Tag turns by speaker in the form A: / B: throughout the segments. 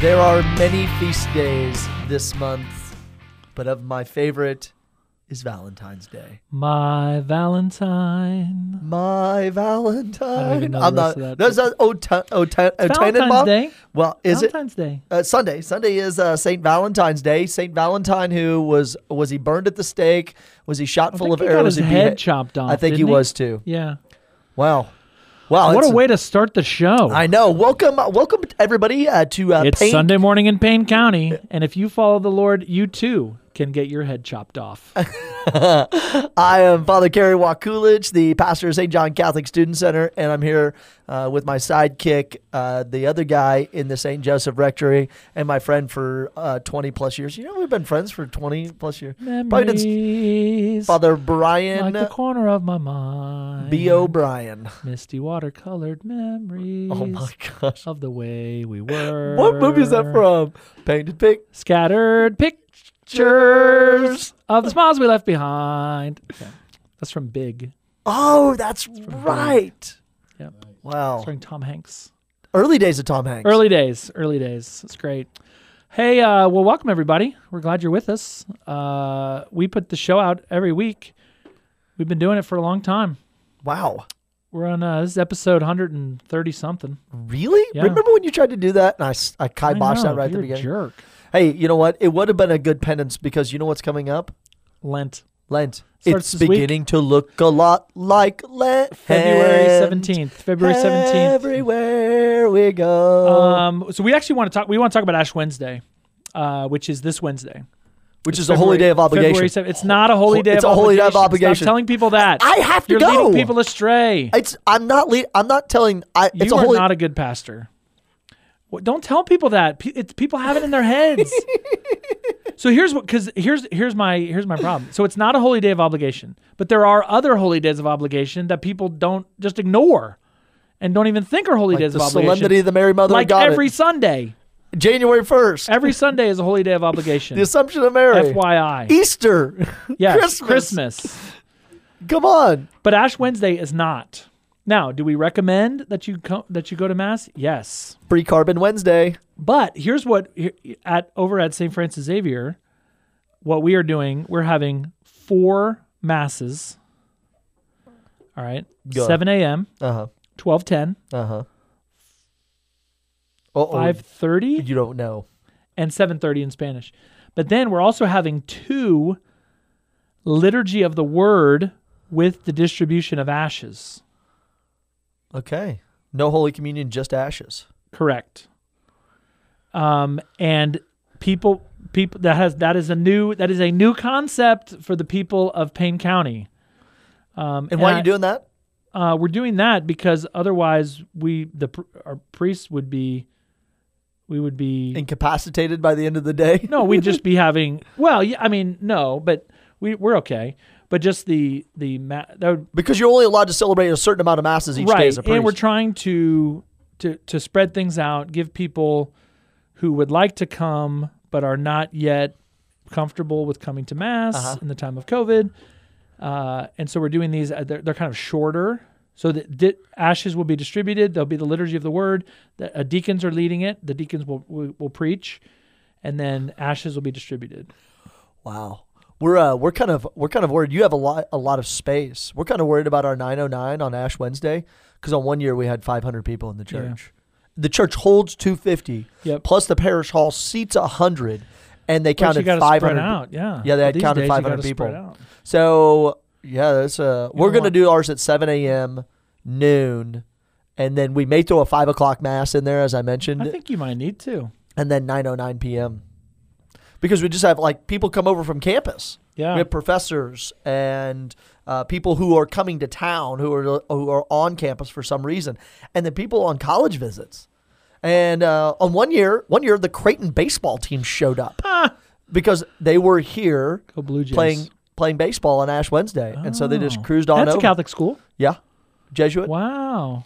A: There are many feast days this month, but of my favorite is Valentine's Day.
B: My Valentine.
A: My
B: I don't
A: Valentine.
B: even know the
A: I'm
B: rest
A: not.
B: of that,
A: There's that O Tan- O Tan- O
B: Valentine's
A: Tannenbaum?
B: Day.
A: Well, is it
B: Valentine's Day.
A: uh, Sunday? Sunday is uh, Saint Valentine's Day. Saint Valentine, who was was he burned at the stake? Was he shot
B: I
A: full
B: think
A: of
B: he got
A: arrows?
B: his
A: He
B: head
A: beha-
B: chopped off.
A: I think
B: didn't
A: he was too.
B: Yeah.
A: Wow, wow.
B: what a
A: it's-
B: way to start the show.
A: I know. Welcome, uh, welcome everybody uh, to uh,
B: it's
A: Paint
B: Sunday morning in Payne County, and if you follow the Lord, you too can get your head chopped off.
A: I am Father Kerry Wakulich, the pastor of St. John Catholic Student Center, and I'm here uh, with my sidekick, uh, the other guy in the St. Joseph Rectory, and my friend for uh, 20 plus years. You know, we've been friends for 20 plus years. Probably did
B: Memories
A: Father
B: like the
A: Brian
B: corner of my mind.
A: uh, B. O'Brien.
B: Misty watercolored memories
A: Oh my gosh.
B: of the way we were.
A: What movie is that from? Painted
B: Scattered
A: Pictures.
B: pictures of the smiles we left behind. That's from Big,
A: Oh, that's right.
B: Yep.
A: Wow.
B: starring Tom Hanks.
A: Early days of Tom Hanks.
B: Early days, early days. It's great. Hey, uh, well, welcome everybody. We're glad you're with us. Uh, we put the show out every week. We've been doing it for a long time.
A: Wow.
B: We're on uh, this is episode 130 something.
A: Really?
B: Yeah.
A: Remember when you tried to do that and I, s- I
B: I
A: kiboshed
B: know,
A: that right at the
B: you're a
A: beginning?
B: jerk.
A: Hey, you know what? It would have been a good penance because you know what's coming up?
B: Lent,
A: Lent. it's
B: Starts this week.
A: beginning to look a lot like Lent.
B: February 17th. February 17th.
A: Everywhere we go.
B: Um, so we actually want to talk. We want to talk about Ash Wednesday, uh, which is this Wednesday,
A: which is
B: It's
A: a holy
B: February-
A: day of obligation.
B: February 7th. It's not a holy day.
A: It's
B: of
A: a holy day of
B: Stop
A: obligation.
B: telling people that
A: I have to
B: you're
A: go.
B: leading people astray.
A: It's I'm not le- I'm not telling I
B: you
A: it's a
B: are
A: holy
B: not a good pastor. Well, don't tell people that. P- It's, people have it in their heads. so here's what because here's here's my here's my problem. So it's not a holy day of obligation, but there are other holy days of obligation that people don't just ignore and don't even think are holy
A: like
B: days
A: the
B: of obligation.
A: solemnity of the Mary Mother
B: like
A: of God.
B: every Sunday.
A: January 1st.
B: Every Sunday is a holy day of obligation.
A: the Assumption of Mary.
B: FYI.
A: Easter.
B: Yes,
A: Christmas.
B: Christmas.
A: Come on.
B: But Ash Wednesday is not. Now, do we recommend that you co- that you go to mass? Yes.
A: Free Carbon Wednesday.
B: But here's what here- at over at St. Francis Xavier, what we are doing, we're having four masses. All right.
A: Go.
B: 7 a.m.,
A: Uh-huh.
B: 12:10,
A: Uh-huh. Oh,
B: 5:30,
A: you don't know.
B: and 7:30 in Spanish. But then we're also having two liturgy of the word with the distribution of ashes.
A: Okay. No Holy Communion, just ashes.
B: Correct. Um, and people, people that has that is a new that is a new concept for the people of Payne County. Um,
A: And why
B: I-
A: are you doing that?
B: Uh, we're doing that because otherwise, we the pr- our priests would be, we would be
A: Incapacitated by the end of the day?
B: no, we'd just be having. Well, yeah, I mean, no, but we we're okay. But just the the ma- that would,
A: Because you're only allowed to celebrate a certain amount of masses each day
B: right,
A: as a priest.
B: and we're trying to to to spread things out, give people who would like to come but are not yet comfortable with coming to mass
A: Uh-huh.
B: in the time of COVID, uh, and so we're doing these. uh, They're, they're kind of shorter. So that di- ashes will be distributed. There'll be the liturgy of the word. The uh, deacons are leading it. The deacons will, will will preach, and then ashes will be distributed.
A: wow. We're uh, we're kind of we're kind of worried. You have a lot a lot of space. We're kind of worried about our 909 on Ash Wednesday because on one year we had 500 people in the
B: Yeah.
A: church. The church holds 250.
B: Yep.
A: Plus the parish hall seats 100, and they
B: But you
A: counted
B: gotta
A: 500.
B: Spread out, yeah.
A: Yeah, they had
B: These
A: counted
B: days you
A: 500
B: gotta spread
A: people.
B: out.
A: So yeah, that's uh,
B: You
A: we're
B: don't
A: gonna
B: want-
A: do ours at seven a.m. noon, and then we may throw a five o'clock mass in there as I mentioned,
B: I think you might need to.
A: and then nine oh nine p.m. Because we just have like people come over from campus.
B: Yeah.
A: We have professors and uh, people who are coming to town who are who are on campus for some reason, and then people on college visits. And uh, on one year, one year the Creighton baseball team showed up because they were here
B: Go Blue Jays.
A: playing playing baseball on Ash Wednesday, and so they just
B: Oh.
A: cruised on
B: That's
A: over.
B: a Catholic school.
A: yeah, Jesuit
B: Wow.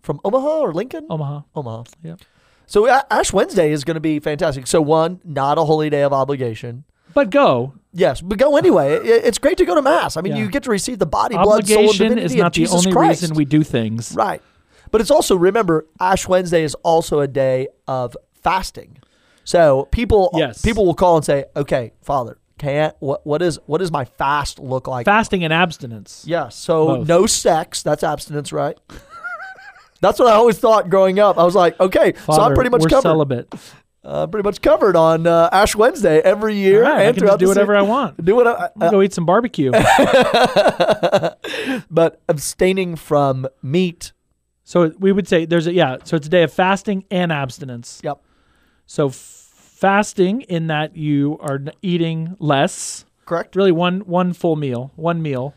A: from Omaha or Lincoln,
B: Omaha.
A: Omaha.
B: Oh. Yep.
A: So A- Ash Wednesday is going to be fantastic. So one, not a holy day of obligation.
B: But go.
A: Yes, but go anyway. I- it's great to go to mass. I mean,
B: Yeah.
A: you get to receive the body, blood, soul, and
B: Obligation
A: divinity
B: is not
A: of
B: the
A: Jesus
B: only
A: Christ.
B: reason we do things.
A: right, but it's also remember Ash Wednesday is also a day of fasting. So people
B: Yes.
A: people will call and say, "Okay, Father, can't what what is what does my fast look like?"
B: Fasting and abstinence.
A: Yeah. So
B: Both.
A: no sex. That's abstinence, right? That's what I always thought growing up. I was like, okay, so I'm
B: Father,
A: pretty much
B: we're
A: covered.
B: celibate.
A: uh, pretty much covered on uh, Ash Wednesday every year
B: All right, I
A: and
B: can
A: throughout
B: just do
A: the Uh, se-
B: whatever I want.
A: Do what I,
B: We'll go eat some barbecue.
A: but abstaining from meat.
B: so we would say there's a yeah. So it's a day of fasting and abstinence.
A: Yep.
B: So f- fasting in that you are n- eating less,
A: Correct.
B: really one one full meal, one meal,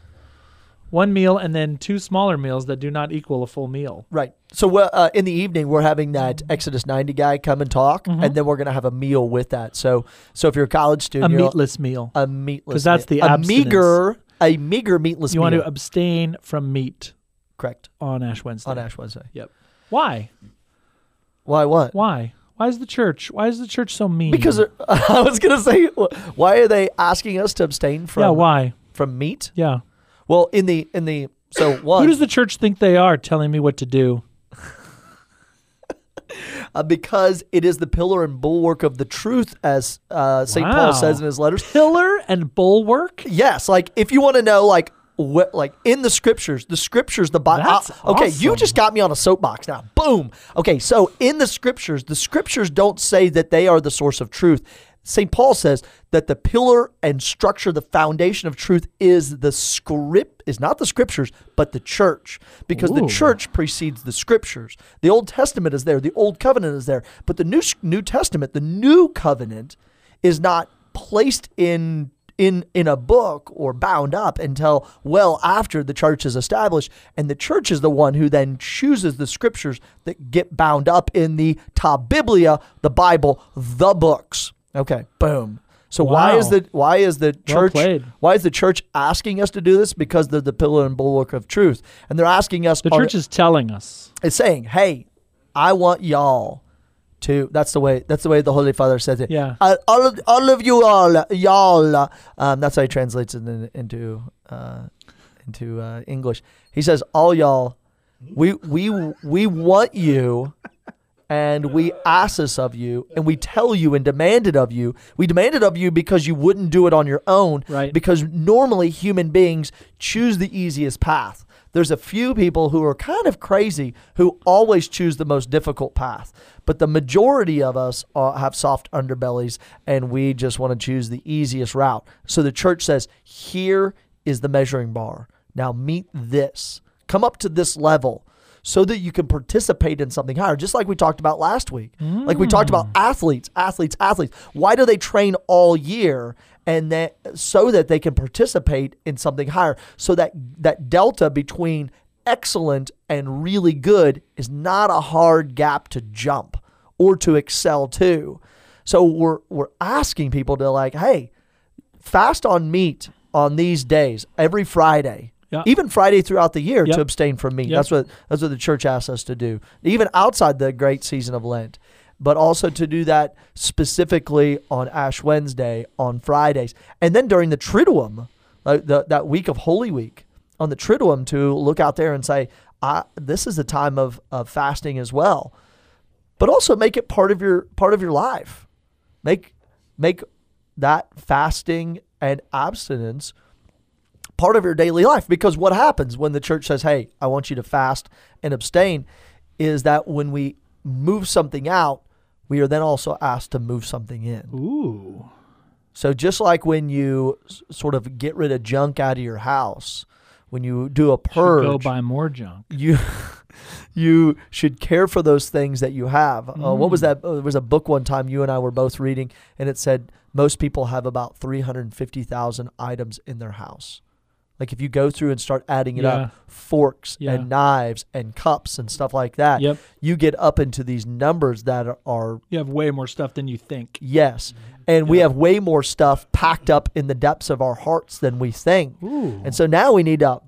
B: one meal, and then two smaller meals that do not equal a full meal.
A: Right. So we're, uh, in the evening, we're having that Exodus 90 guy come and talk, and then we're going to have a meal with that. So, so if you're a college
B: Mm-hmm. A
A: student, you're-
B: meatless meal.
A: a meatless,
B: 'Cause that's
A: meal.
B: the
A: a
B: abstinence.
A: meager, a meager meatless
B: You
A: meal.
B: want to abstain from meat
A: Correct
B: on Ash Wednesday.
A: on Ash Wednesday.
B: Yep. Why?
A: Why? What?
B: Why? Why is the church? Why is the church so mean?
A: Because uh, I was going to say, wh- why are they asking us to abstain from
B: yeah. Why?
A: from meat?
B: Yeah.
A: Well, in the in the so one,
B: Who does the church think they are telling me what to do?
A: uh, because it is the pillar and bulwark of the truth, as uh, Saint Paul
B: Wow.
A: says in his letters.
B: Pillar and bulwark?
A: Yes, like if you want to know, like what, like in the scriptures, the scriptures, the Bible.
B: That's
A: okay, you
B: awesome.
A: just got me on a soapbox now. Boom. Okay, so in the scriptures, the scriptures don't say that they are the source of truth. St. Paul says that the pillar and structure, the foundation of truth, is the script, is not the scriptures, but the church, because the
B: Ooh.
A: church precedes the scriptures. The Old Testament is there, the Old Covenant is there, but the New New Testament, the New Covenant, is not placed in in in a book or bound up until well after the church is established and the church is the one who then chooses the scriptures that get bound up in the ta biblia the bible the books okay boom so why
B: Wow.
A: is the why is the church
B: played.
A: why is the church asking us to do this because they're the pillar and bulwark of truth and they're asking us
B: The
A: are-
B: church is telling us.
A: it's saying, "Hey, I want y'all to." That's the way. That's the way the Holy Father says it.
B: Yeah.
A: Uh, all of all of you all y'all. Um, that's how he translates it in, into uh, into uh, English. He says, "All y'all, we we we want you." And we ask this of you, and we tell you and demand it of you. We demand it of you because you wouldn't do it on your own,
B: Right.
A: because normally human beings choose the easiest path. There's a few people who are kind of crazy who always choose the most difficult path, but the majority of us uh, have soft underbellies and we just want to choose the easiest route. So the church says, Here is the measuring bar. Now meet this, come up to this level. So that you can participate in something higher, just like we talked about last week. Like we talked about athletes, athletes, athletes. Why do they train all year and that so that they can participate in something higher? So that that delta between excellent and really good is not a hard gap to jump or to excel to. So we're we're asking people to like, hey, fast on meat on these days every Friday.
B: Yeah.
A: Even Friday throughout the year
B: Yep.
A: to abstain from meat.
B: Yep.
A: That's what that's what the church asks us to do, even outside the great season of Lent, but also to do that specifically on Ash Wednesday, on Fridays, and then during the Triduum, like the, that week of Holy Week, on the Triduum to look out there and say, I, "This is a time of, of fasting as well," but also make it part of your part of your life. Make make that fasting and abstinence part of your daily life because what happens when the church says hey i want you to fast and abstain is that when we move something out we are then also asked to move something in
B: Ooh.
A: so just like when you s- sort of get rid of junk out of your house when you do a purge
B: Go buy more junk.
A: you you should care for those things that you have. Uh, what was that?
B: Mm.
A: Uh, there was a book one time you and I were both reading, and it said most people have about three hundred fifty thousand items in their house. Like if you go through and start adding it
B: Yeah.
A: up, forks
B: Yeah.
A: and knives and cups and stuff like that,
B: Yep.
A: you get up into these numbers that are, are
B: You have way more stuff than you think.
A: yes,
B: Mm-hmm.
A: and we have way more stuff packed up in the depths of our hearts than we think.
B: Ooh.
A: And so now we need to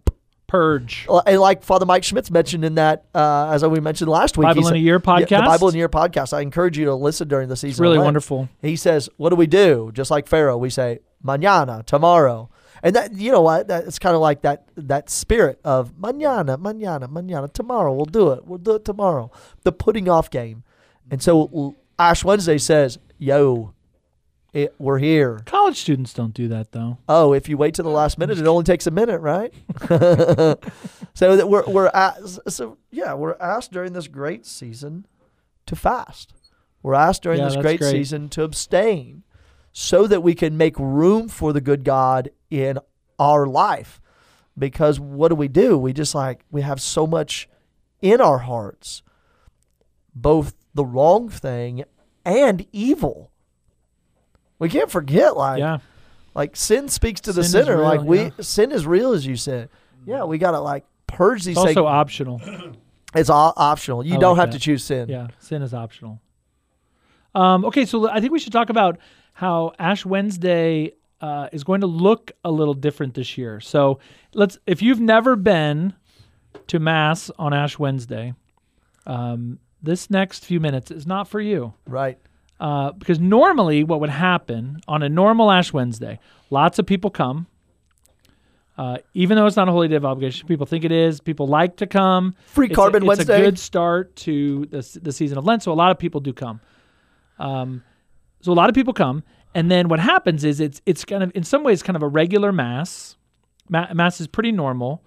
B: Purge.
A: Well, and like Father Mike Schmitz mentioned in that, uh, as we mentioned last week,
B: Bible
A: he
B: in
A: said-
B: a Year
A: Yeah, the
B: podcast?
A: Bible in a Year podcast. I encourage you to listen during the season.
B: It's really
A: of Lent.
B: wonderful.
A: He says, "What do we do?" Just like Pharaoh, we say, "Mañana," tomorrow, and that you know what? That, it's kind of like that that spirit of "Mañana, mañana, mañana," tomorrow. We'll do it. We'll do it tomorrow. The putting off game, and so l- Ash Wednesday says, "Yo, it, we're here."
B: College students don't do that though.
A: Oh, if you wait to the last minute, it only takes a minute, right? so that we're we're asked, so yeah, we're asked during this great season to fast. We're asked during
B: Yeah,
A: this
B: that's
A: great,
B: great.
A: season to abstain, so that we can make room for the good God in our life. Because what do we do? We just like we have so much in our hearts, both the wrong thing and evil. We can't forget, like
B: yeah.
A: like sin speaks to the
B: Sin is
A: sinner.
B: real,
A: like we
B: yeah.
A: sin is real as you said. Yeah, we gotta like purge these
B: It's also
A: things.
B: optional.
A: it's all optional. You
B: I
A: don't
B: like
A: have
B: that.
A: to choose sin.
B: Yeah, sin is optional. Um, okay, so I think we should talk about how Ash Wednesday uh, is going to look a little different this year. So let's, if you've never been to Mass on Ash Wednesday, um, this next few minutes is not for you.
A: Right.
B: Uh, because normally, what would happen on a normal Ash Wednesday, lots of people come. Uh, even though it's not a holy day of obligation, people think it is. People like to come.
A: Free
B: It's a-
A: Carbon Wednesday.
B: It's a good start to the, s- the season of Lent, so a lot of people do come. Um, so a lot of people come, and then what happens is it's it's kind of in some ways kind of a regular mass. Ma- mass is pretty normal.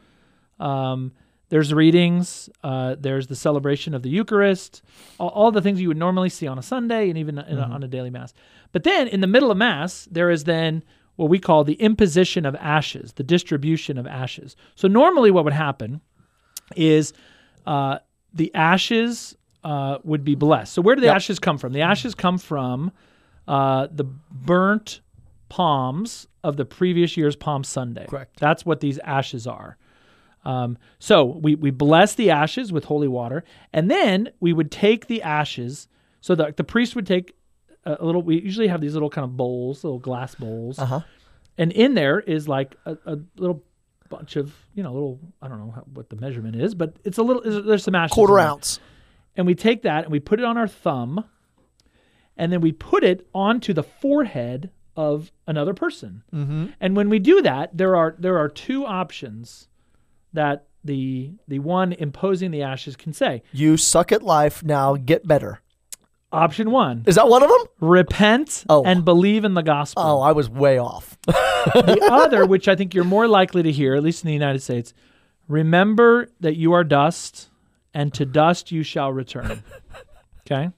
B: Um, there's readings. Uh, there's the celebration of the Eucharist. All, all the things you would normally see on a Sunday and even in a, on a daily mass. But then in the middle of mass, there is then what we call the imposition of ashes, the distribution of ashes. So normally, what would happen is uh, the ashes uh, would be blessed. So where do the ashes come from? The ashes come from uh, the burnt palms of the previous year's Palm Sunday.
A: Correct.
B: That's what these ashes are. Um, so we, we bless the ashes with holy water, and then we would take the ashes. So the, the priest would take a, a little, we usually have these little kind of bowls, little glass bowls.
A: Uh-huh.
B: And in there is like a, a little bunch of, you know, little, I don't know how, what the measurement is, but it's a little, there's- there's some ashes.
A: Quarter
B: in there.
A: ounce.
B: And we take that and we put it on our thumb, and then we put it onto the forehead of another person.
A: Mm-hmm.
B: And when we do that, there are there are two options that the the one imposing the ashes can say.
A: You suck at life. Now get better.
B: Option one:
A: Is that one of them?
B: repent
A: Oh.
B: and believe in the gospel.
A: Oh, I was way off.
B: The other, which I think you're more likely to hear, at least in the United States, remember that you are dust, and to dust you shall return. Okay.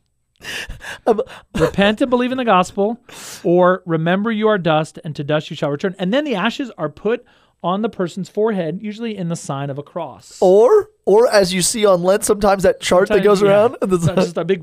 B: Repent and believe in the gospel, or remember you are dust, and to dust you shall return. And then the ashes are put on the person's forehead, usually in the sign of a cross.
A: or or as you see on Lent, sometimes Oh, that chart that goes
B: Yeah.
A: around. And
B: It's
A: it's
B: not
A: like,
B: just a big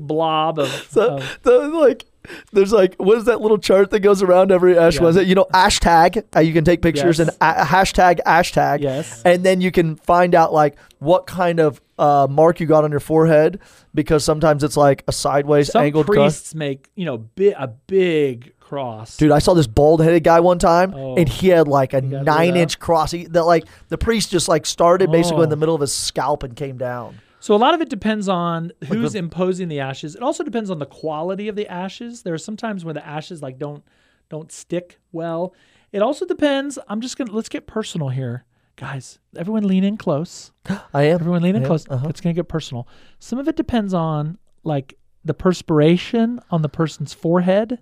B: blob of.
A: the, the, like there's like what is that little chart that goes around every ash
B: Yeah.
A: was it you know hashtag uh, you can take pictures
B: Yes.
A: and a- hashtag hashtag
B: Yes.
A: and then you can find out like what kind of uh, mark you got on your forehead because sometimes it's like a sideways
B: some
A: angled cross.
B: priests make you know bi- a big cross.
A: Dude, I saw this bald-headed guy one time,
B: Oh.
A: and he had like a
B: got rid of
A: nine-inch cross. He, that like the priest just like started basically in
B: Oh.
A: the middle of his scalp and came down.
B: So a lot of it depends on who's imposing the ashes. It also depends on the quality of the ashes. There are sometimes where the ashes like don't don't stick well. It also depends. I'm just gonna let's get personal here, guys. Everyone lean in close.
A: I am
B: Everyone lean in
A: Yeah,
B: close. It's gonna get personal. Some of it depends on like the perspiration on the person's forehead.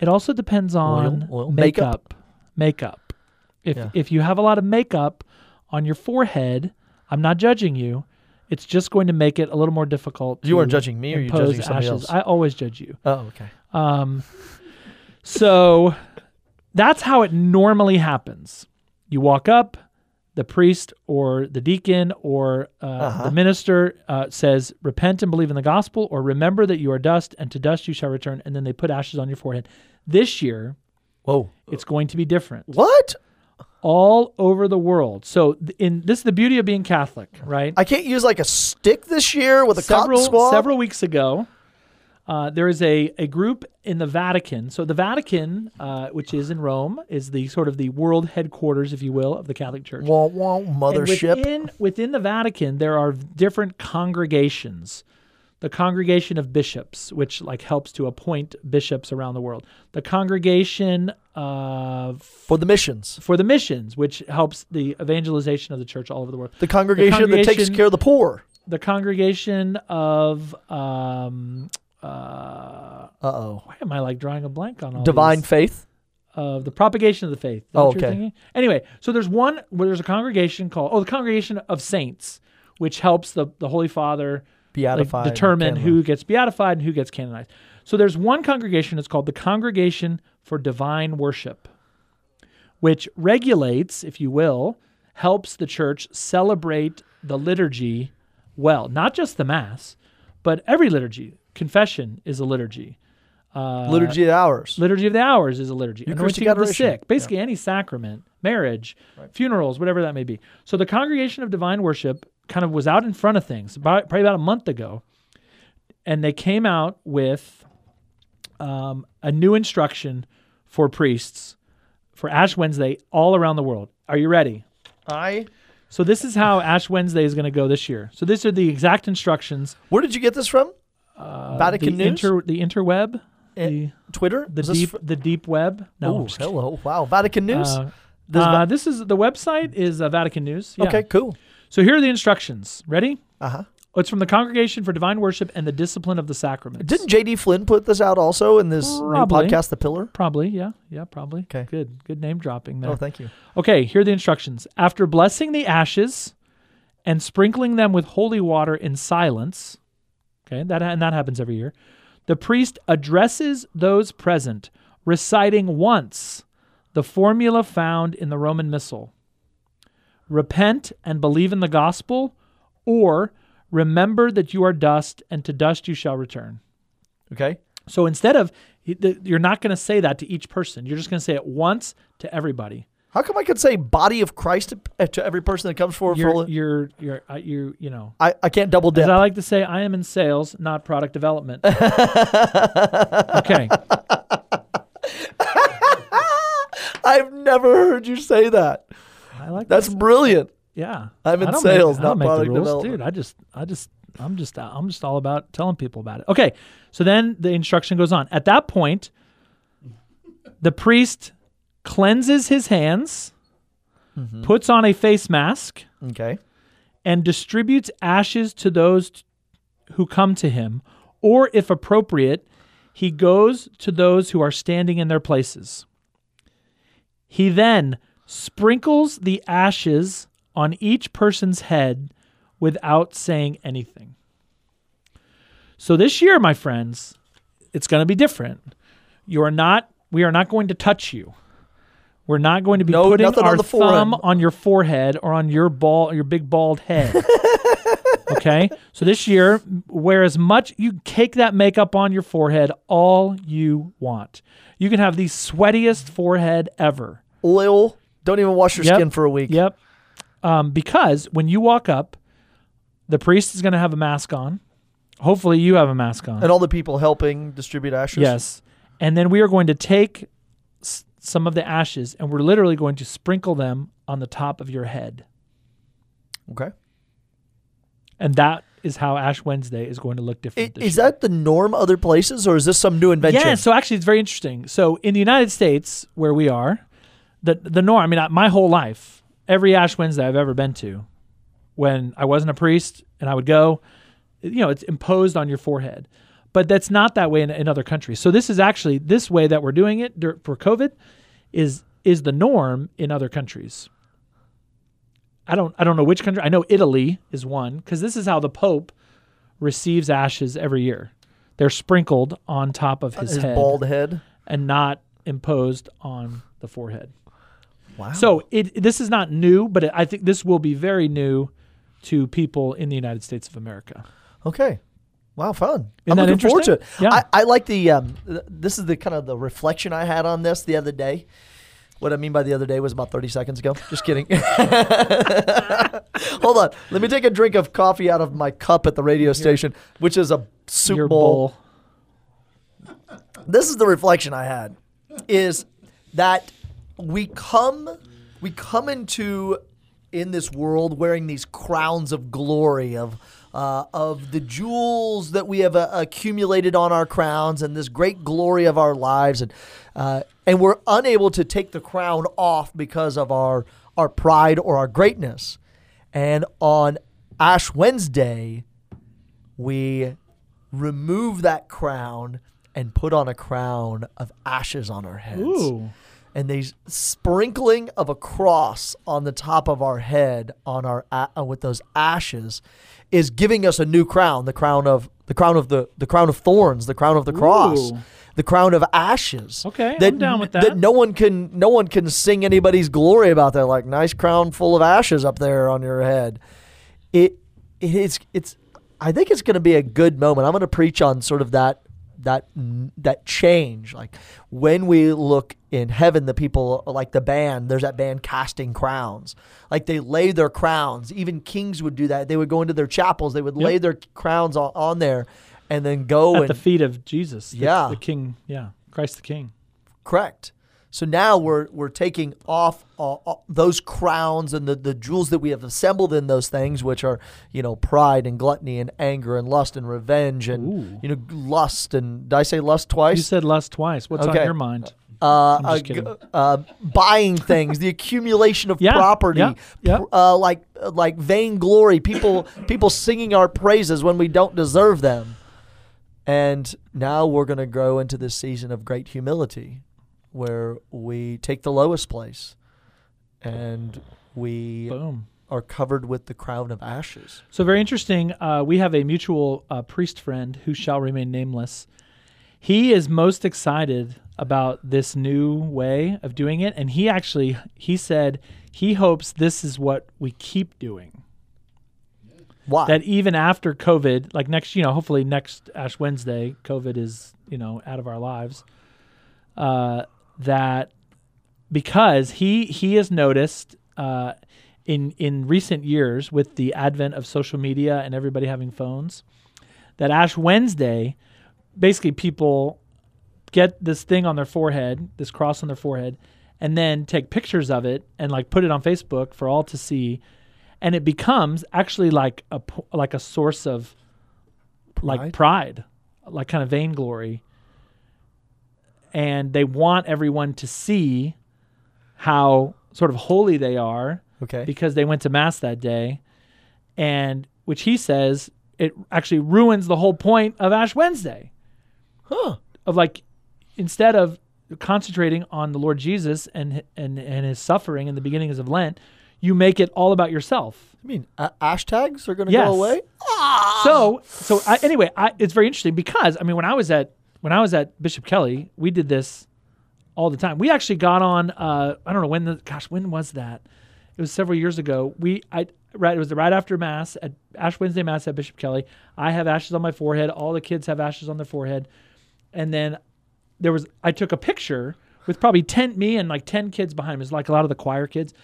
B: It also depends on
A: oil,
B: makeup. Makeup. If
A: Yeah.
B: if you have a lot of makeup on your forehead, I'm not judging you. It's just going to make it a little more difficult.
A: You
B: to
A: weren't judging me, or you
B: impose
A: judging somebody
B: ashes.
A: else?
B: I always judge you.
A: Oh, okay.
B: Um, so that's how it normally happens. You walk up, the priest or the deacon or uh, the minister uh, says, Repent and believe in the gospel, or remember that you are dust, and to dust you shall return. And then they put ashes on your forehead. This year,
A: Whoa.
B: it's going to be different
A: What?
B: all over the world. So, th- in this is the beauty of being Catholic, right?
A: I can't use like a stick this year with a
B: several
A: cotton swab.
B: several weeks ago. Uh, there is a, a group in the Vatican. So the Vatican, uh, which is in Rome, is the sort of the world headquarters, if you will, of the Catholic Church.
A: Wah, wah,
B: And
A: mothership.
B: within within the Vatican, there are different congregations. The Congregation of Bishops, which like helps to appoint bishops around the world. The Congregation of
A: for the missions.
B: for the missions, which helps the evangelization of the church all over the world.
A: The congregation, that takes
B: congregation-
A: care of the poor.
B: the congregation of um, uh,
A: Uh oh.
B: why am I like drawing a blank on all
A: Divine
B: these?
A: faith.
B: of the propagation of the faith. Is that
A: Oh,
B: what you're
A: okay.
B: thinking? Anyway, so there's one where there's a congregation called oh the Congregation of Saints, which helps the the Holy Father like,
A: Beatified.
B: determine
A: Canada.
B: who gets beatified and who gets canonized. So there's one congregation that's called the Congregation for Divine Worship, which regulates, if you will, helps the church celebrate the liturgy well, not just the mass, but every liturgy. Confession is a liturgy. Uh,
A: Liturgy of Hours.
B: Liturgy of the Hours is a liturgy.
A: Eucharistic
B: Anointing of the
A: adoration.
B: sick, basically any sacrament, marriage, funerals, whatever that may be. So the Congregation of Divine Worship kind of was out in front of things about, probably about a month ago, and they came out with um, a new instruction for priests for Ash Wednesday all around the world. Are you ready?
A: I.
B: So this is how Ash Wednesday is going to go this year. So these are the exact instructions.
A: Where did you get this from?
B: Uh,
A: Vatican
B: the
A: News?
B: Inter, the interweb,
A: Eh,
B: the,
A: Twitter.
B: the
A: Is this
B: deep,
A: fr-
B: the deep web. No, I'm
A: Ooh,
B: just kidding.
A: hello. Wow. Vatican News.
B: Uh,
A: This
B: uh,
A: Va-
B: this is the website is uh, Vatican News. Yeah.
A: Okay. Cool.
B: So here are the instructions. Ready?
A: Uh huh.
B: It's from the Congregation for Divine Worship and the Discipline of the Sacraments.
A: Didn't J.D. Flynn put this out also in this new
B: Probably.
A: podcast, The Pillar?
B: probably? Yeah, yeah, probably.
A: 'Kay.
B: Good, good name dropping there.
A: Oh, thank you.
B: Okay, here are the instructions. After blessing the ashes and sprinkling them with holy water in silence, okay, that and that happens every year, the priest addresses those present, reciting once the formula found in the Roman Missal. Repent and believe in the gospel, or remember that you are dust and to dust you shall return.
A: Okay.
B: So instead of you're not going to say that to each person. You're just going to say it once to everybody.
A: How come I could say body of Christ to, eh, to every person that comes forward?
B: you're,
A: For,
B: you're, you're, uh, you, you know,
A: I, I can't double
B: as
A: dip.
B: I like to say, I am in sales, not product development. okay.
A: I've never heard you say that.
B: I like
A: That's
B: that.
A: brilliant.
B: Yeah.
A: I'm in
B: I don't
A: sales,
B: make, I
A: not
B: don't make
A: product
B: the rules,
A: development.
B: Dude, I just, I just, I'm just, I'm just all about telling people about it. Okay. So then the instruction goes on. At that point, the priest cleanses his hands,
A: Mm-hmm.
B: puts on a face mask,
A: Okay.
B: and distributes ashes to those t- who come to him, or if appropriate, he goes to those who are standing in their places. He then sprinkles the ashes on each person's head without saying anything. So this year, my friends, it's going to be different. You are not we are not going to touch you. We're not going to be
A: No,
B: putting
A: nothing on
B: our
A: the forehead.
B: thumb on your forehead or on your ball your big bald head. okay? So this year, wear as much you cake that makeup on your forehead all you want. You can have the sweatiest forehead ever.
A: Oil. Don't even wash your
B: Yep.
A: skin for a week.
B: Yep. Um, because when you walk up, the priest is going to have a mask on. Hopefully, you have a mask on.
A: And all the people helping distribute ashes.
B: Yes. And then we are going to take s- some of the ashes and we're literally going to sprinkle them on the top of your head.
A: Okay.
B: And that is how Ash Wednesday is going to look different.
A: I-
B: this
A: Is
B: year.
A: that the norm other places or is this some new invention?
B: Yeah, so actually, it's very interesting. So in the United States, where we are, the the norm. I mean, I- my whole life, every Ash Wednesday I've ever been to, when I wasn't a priest and I would go, you know, it's imposed on your forehead. But that's not that way in, in other countries. So this is actually this way that we're doing it dur- for COVID, is is the norm in other countries. I don't I don't know which country. I know Italy is one because this is how the Pope receives ashes every year. They're sprinkled on top of his,
A: His
B: head
A: bald head.
B: and not imposed on the forehead.
A: Wow.
B: So it this is not new, but it, I think this will be very new to people in the United States of America.
A: Okay. Wow, fun.
B: Isn't
A: I'm
B: that
A: looking forward to it.
B: interesting? Yeah.
A: I, I like the, um, th- this is the kind of the reflection I had on this the other day. What I mean by the other day was about 30 seconds ago. Just kidding. Hold on. Let me take a drink of coffee out of my cup at the radio station, which is a Super
B: Your
A: Bowl
B: bowl.
A: this is the reflection I had is that we come we come into in this world wearing these crowns of glory of uh, of the jewels that we have uh, accumulated on our crowns and this great glory of our lives and uh, and we're unable to take the crown off because of our our pride or our greatness and on Ash Wednesday we remove that crown and put on a crown of ashes on our heads.
B: Ooh.
A: And they s- sprinkling of a cross on the top of our head on our a- uh, with those ashes is giving us a new crown, the crown of the crown of the the crown of thorns, the crown of the cross,
B: Ooh.
A: the crown of ashes.
B: Okay, I'm
A: that,
B: down with that.
A: no one can no one can sing anybody's glory about that. Like nice crown full of ashes up there on your head. It it is it's I think it's going to be a good moment. I'm going to preach on sort of that that that change like when we look in heaven the people like the band there's that band casting crowns like they lay their crowns even kings would do that they would go into their chapels they would lay
B: Yep.
A: their crowns on, on there and then go
B: At
A: and
B: the feet of Jesus. the-
A: Yeah.
B: The King. Yeah. Christ the King.
A: Correct. So now we're we're taking off uh, uh, those crowns and the, the jewels that we have assembled in those things, which are you know pride and gluttony and anger and lust and revenge and
B: Ooh.
A: you know lust and did I say lust
B: You
A: twice?
B: said lust twice. What's
A: Okay.
B: on your mind?
A: Uh,
B: I'm just
A: uh,
B: kidding.
A: g- uh, buying things, the accumulation of
B: Yeah,
A: property,
B: yeah, yeah.
A: pr- Uh, like like vainglory, people people singing our praises when we don't deserve them. And now we're going to grow into this season of great humility where we take the lowest place and we
B: Boom.
A: are covered with the crown of ashes.
B: So very interesting. Uh, we have a mutual uh, priest friend who shall remain nameless. He is most excited about this new way of doing it, and he actually he said he hopes this is what we keep doing.
A: Why?
B: That even after COVID, like next, you know, hopefully next Ash Wednesday, COVID is you know out of our lives. Uh, that because he he has noticed uh, in in recent years with the advent of social media and everybody having phones that Ash Wednesday basically people get this thing on their forehead, this cross on their forehead, and then take pictures of it and like put it on Facebook for all to see, and it becomes actually like a p- like a source of
A: Pride?
B: like pride, like kind of vainglory, and they want everyone to see how sort of holy they are
A: okay.
B: because they went to mass that day and which he says it actually ruins the whole point of ash wednesday
A: huh.
B: of like instead of concentrating on the lord jesus and and and his suffering and the beginnings of lent you make it all about yourself
A: I mean, a- ash tags are going to
B: Yes.
A: go away?
B: so so I, anyway I, it's very interesting because i mean when i was at when i was at bishop kelly we did this all the time we actually got on uh, i don't know when the gosh when was that it was several years ago we i right it was right after mass at ash wednesday mass at bishop kelly i have ashes on my forehead all the kids have ashes on their forehead and then there was i took a picture with probably 10 me and like 10 kids behind me it was like a lot of the choir kids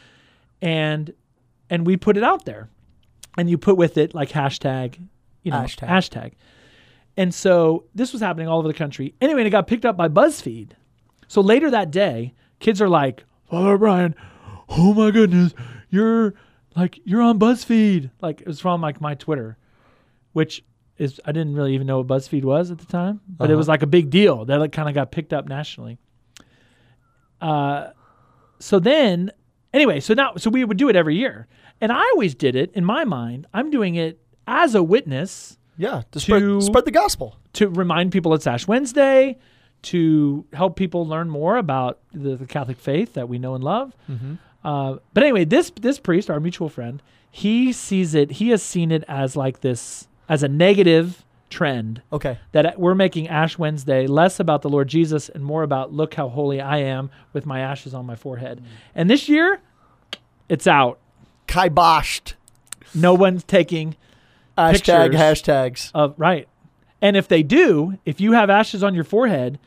B: and and we put it out there and you put with it like hashtag, you know,
A: Hashtag.
B: hashtag. And so this was happening all over the country. Anyway, and it got picked up by BuzzFeed. So later that day, kids are like, Father O'Brien, oh my goodness, you're like you're on BuzzFeed. Like it was from like my Twitter, which is I didn't really even know what BuzzFeed was at the time, but it was like a big deal that like kind of got picked up nationally. Uh, So then, anyway, so now, so we would do it every year. And I always did it in my mind. I'm doing it as a witness
A: Yeah, to spread,
B: To-
A: spread the gospel.
B: to remind people it's Ash Wednesday, to help people learn more about the, the Catholic faith that we know and love.
A: Hmm.
B: Uh, but anyway, this this priest, our mutual friend, he sees it. He has seen it as like this, as a negative trend
A: Okay.
B: that we're making Ash Wednesday less about the Lord Jesus and more about look how holy I am with my ashes on my forehead.
A: Mm.
B: And this year, it's out.
A: Kiboshed.
B: No one's taking
A: Hashtag
B: Pictures. Uh,
A: hashtags.
B: of right. And if they do, if you have ashes on your forehead,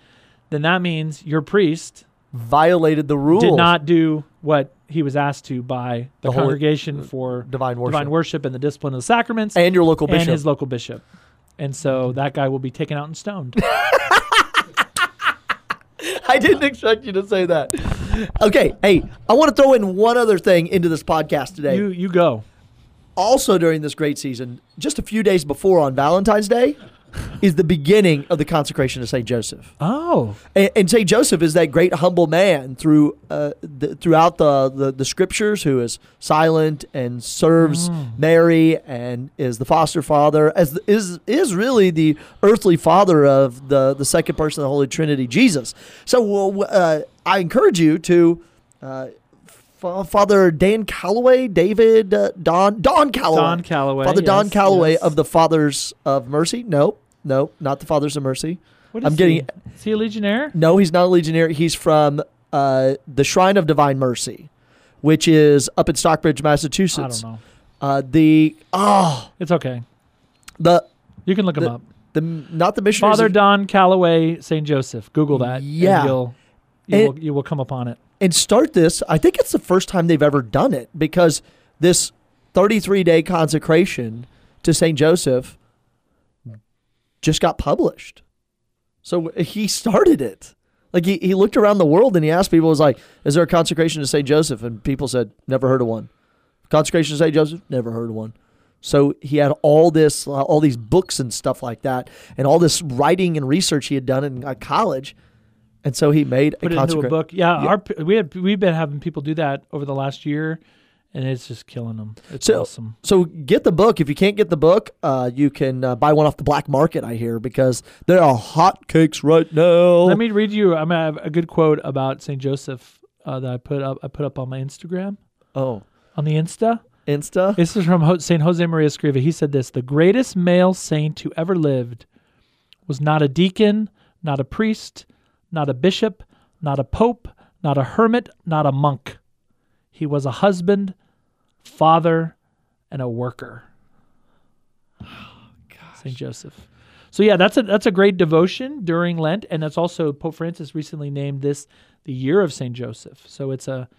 B: then that means your priest
A: violated the rules.
B: did not do what he was asked to by the,
A: The holy-
B: congregation for
A: divine worship.
B: divine worship and the discipline of the sacraments
A: and your local
B: and
A: bishop. Mm-hmm.
B: his local bishop. And so that guy will be taken out and stoned.
A: I didn't expect you to say that. Okay, hey, I want to throw in one other thing into this podcast today.
B: you you go.
A: also during this great season, just a few days before on Valentine's Day, is the beginning of the consecration of Saint Joseph.
B: Oh,
A: And, and Saint Joseph is that great humble man through uh, the, throughout the, the the scriptures who is silent and serves
B: Mm.
A: Mary and is the foster father as the, is is really the earthly father of the the second person of the Holy Trinity, Jesus. So uh, I encourage you to. Uh, Fa- Father Dan Calloway, David uh, Don Don Calloway,
B: Don Calloway.
A: Father Don
B: yes,
A: Calloway
B: yes.
A: of the Fathers of Mercy. No, no, not the Fathers of Mercy.
B: What
A: I'm
B: is
A: getting-
B: He? Is he a legionnaire?
A: No, he's not a Legionnaire. He's from uh, the Shrine of Divine Mercy, which is up in Stockbridge, Massachusetts.
B: I don't know.
A: Uh, the oh
B: It's okay.
A: the
B: You can look him
A: The-
B: up.
A: the not the missionaries.
B: Father
A: of-
B: Don Calloway, St. Joseph. Google that. and
A: Yeah.
B: you'll, you,
A: It-
B: will, you will come upon it.
A: and start this. I think it's the first time they've ever done it because this 33 day consecration to St. Joseph just got published. So he started it. Like he, he looked around the world and he asked people, was like, is there a consecration to St. Joseph? And people said, never heard of one. Consecration to St. Joseph? Never heard of one. So he had all this, uh, all these books and stuff like that, and all this writing and research he had done in uh, college, and so he made
B: Put
A: a
B: it into a
A: consecration.
B: book. Yeah,
A: Yeah.
B: Our, p- we have, we've been having people do that over the last year, and it's just killing them. It's
A: So-
B: awesome.
A: So get the book. If you can't get the book, uh, you can uh, buy one off the black market. I hear because there are hot cakes right now.
B: Let me read you. I'm gonna have a good quote about St. Joseph uh, that I put up. I put up on my Instagram
A: oh,
B: on the Insta.
A: Insta.
B: This is from Ho- St. Jose Maria Escriva. He said this The greatest male saint who ever lived was not a deacon, not a priest, not a bishop, not a pope, not a hermit, not a monk. He was a husband, father, and a worker. St. Joseph. So yeah, that's a that's a great devotion during Lent, and that's also Pope Francis recently named this the year of St. Joseph. So it's a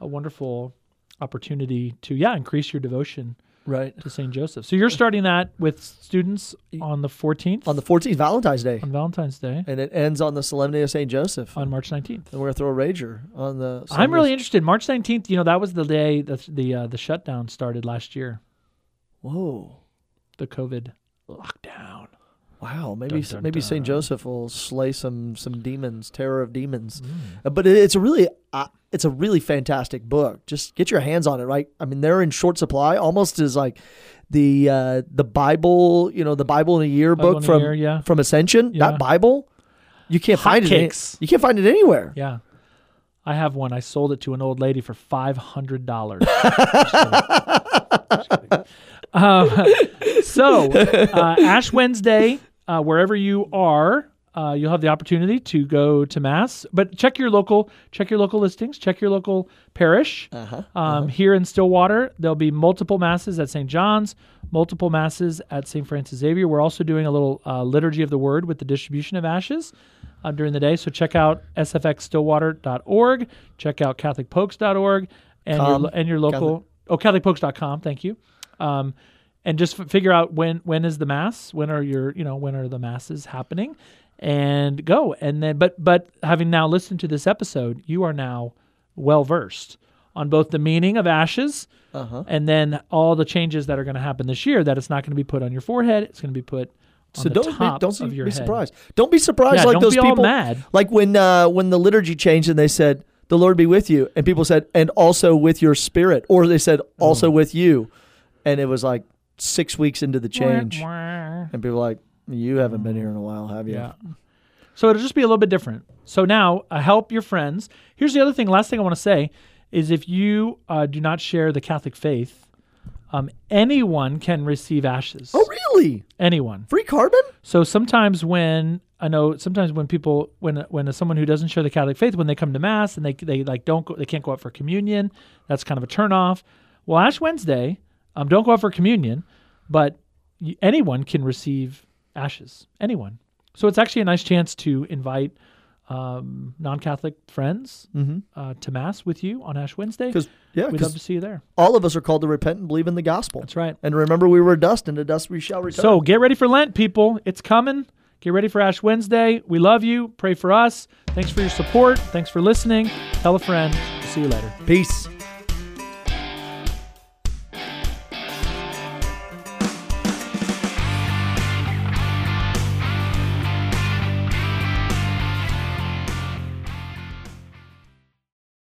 B: a wonderful opportunity to yeah increase your devotion
A: Right
B: to St. Joseph. So you're starting that with students on the 14th
A: on the 14th, Valentine's Day,
B: on Valentine's Day
A: and it ends on the Solemnity of Saint Joseph.
B: on March 19th.
A: and we're gonna throw a rager on the.
B: I'm really interested. March 19th, you know, that was the day that the uh, the shutdown started last year,
A: Whoa.
B: the COVID lockdown.
A: Wow, maybe
B: Dun, dun,
A: maybe Saint
B: dun.
A: Joseph will slay some some demons, terror of demons.
B: Mm.
A: Uh, But it, it's a really uh, it's a really fantastic book. Just get your hands on it, right? I mean, they're in short supply, almost as like the uh, the Bible, you know, the Bible in a year
B: Bible
A: book
B: in a
A: from
B: Year, yeah.
A: from Ascension.
B: Yeah.
A: That Bible, you can't find
B: Hotcakes.
A: it. Any, you can't find it anywhere.
B: Yeah. I have one. I sold it to an old lady for five hundred dollars. um, so uh, Ash Wednesday, uh, wherever you are, uh, you'll have the opportunity to go to mass. But check your local, check your local listings, check your local parish.
A: Uh-huh.
B: Um, Here in Stillwater, there'll be multiple masses at St. John's, multiple masses at St. Francis Xavier. We're also doing a little uh, liturgy of the word with the distribution of ashes uh, during the day. So check out sfxstillwater.org, check out catholicpokes.org, and your,
A: Com.
B: lo- and your local oh catholicpokes.com. Thank you. Um, and just f- figure out when when is the mass, when are your you know when are the masses happening, and go and then but but having now listened to this episode, you are now well versed on both the meaning of ashes
A: Uh-huh.
B: and then all the changes that are going to happen this year. That it's not going to be put on your forehead; it's going to be put on
A: So
B: the
A: don't be,
B: top
A: don't see-
B: of your
A: be
B: head.
A: surprised. Don't be surprised
B: Yeah,
A: like
B: don't
A: those
B: be all
A: people.
B: mad.
A: Like when uh, when the liturgy changed and they said, "The Lord be with you," and people said, "And also with your spirit," or they said, "Also with you," and it was like six weeks into the change,
B: Wah, wah.
A: and people were like, "You haven't been here in a while, have you?"
B: Yeah. So it'll just be a little bit different. So now, uh, help your friends. Here's the other thing. Last thing I want to say is if you uh, do not share the Catholic faith, um, anyone can receive ashes.
A: Oh, really?
B: Anyone.
A: Free carbon?
B: So sometimes when I know sometimes when people when when someone who doesn't share the Catholic faith when they come to mass and they they like don't go, they can't go out for communion that's kind of a turnoff. Well, Ash Wednesday, um, don't go out for communion, but y- anyone can receive ashes. Anyone. So it's actually a nice chance to invite um, non-Catholic friends uh, to mass with you on Ash Wednesday.
A: Because yeah,
B: We'd love to
A: because
B: see you there.
A: all of us are called to repent and believe in the gospel.
B: That's right.
A: And remember, we were dust, and to dust we shall return.
B: So get ready for Lent, people. It's coming. Get ready for Ash Wednesday. We love you. Pray for us. Thanks for your support. Thanks for listening. Tell a friend. See you later.
A: peace.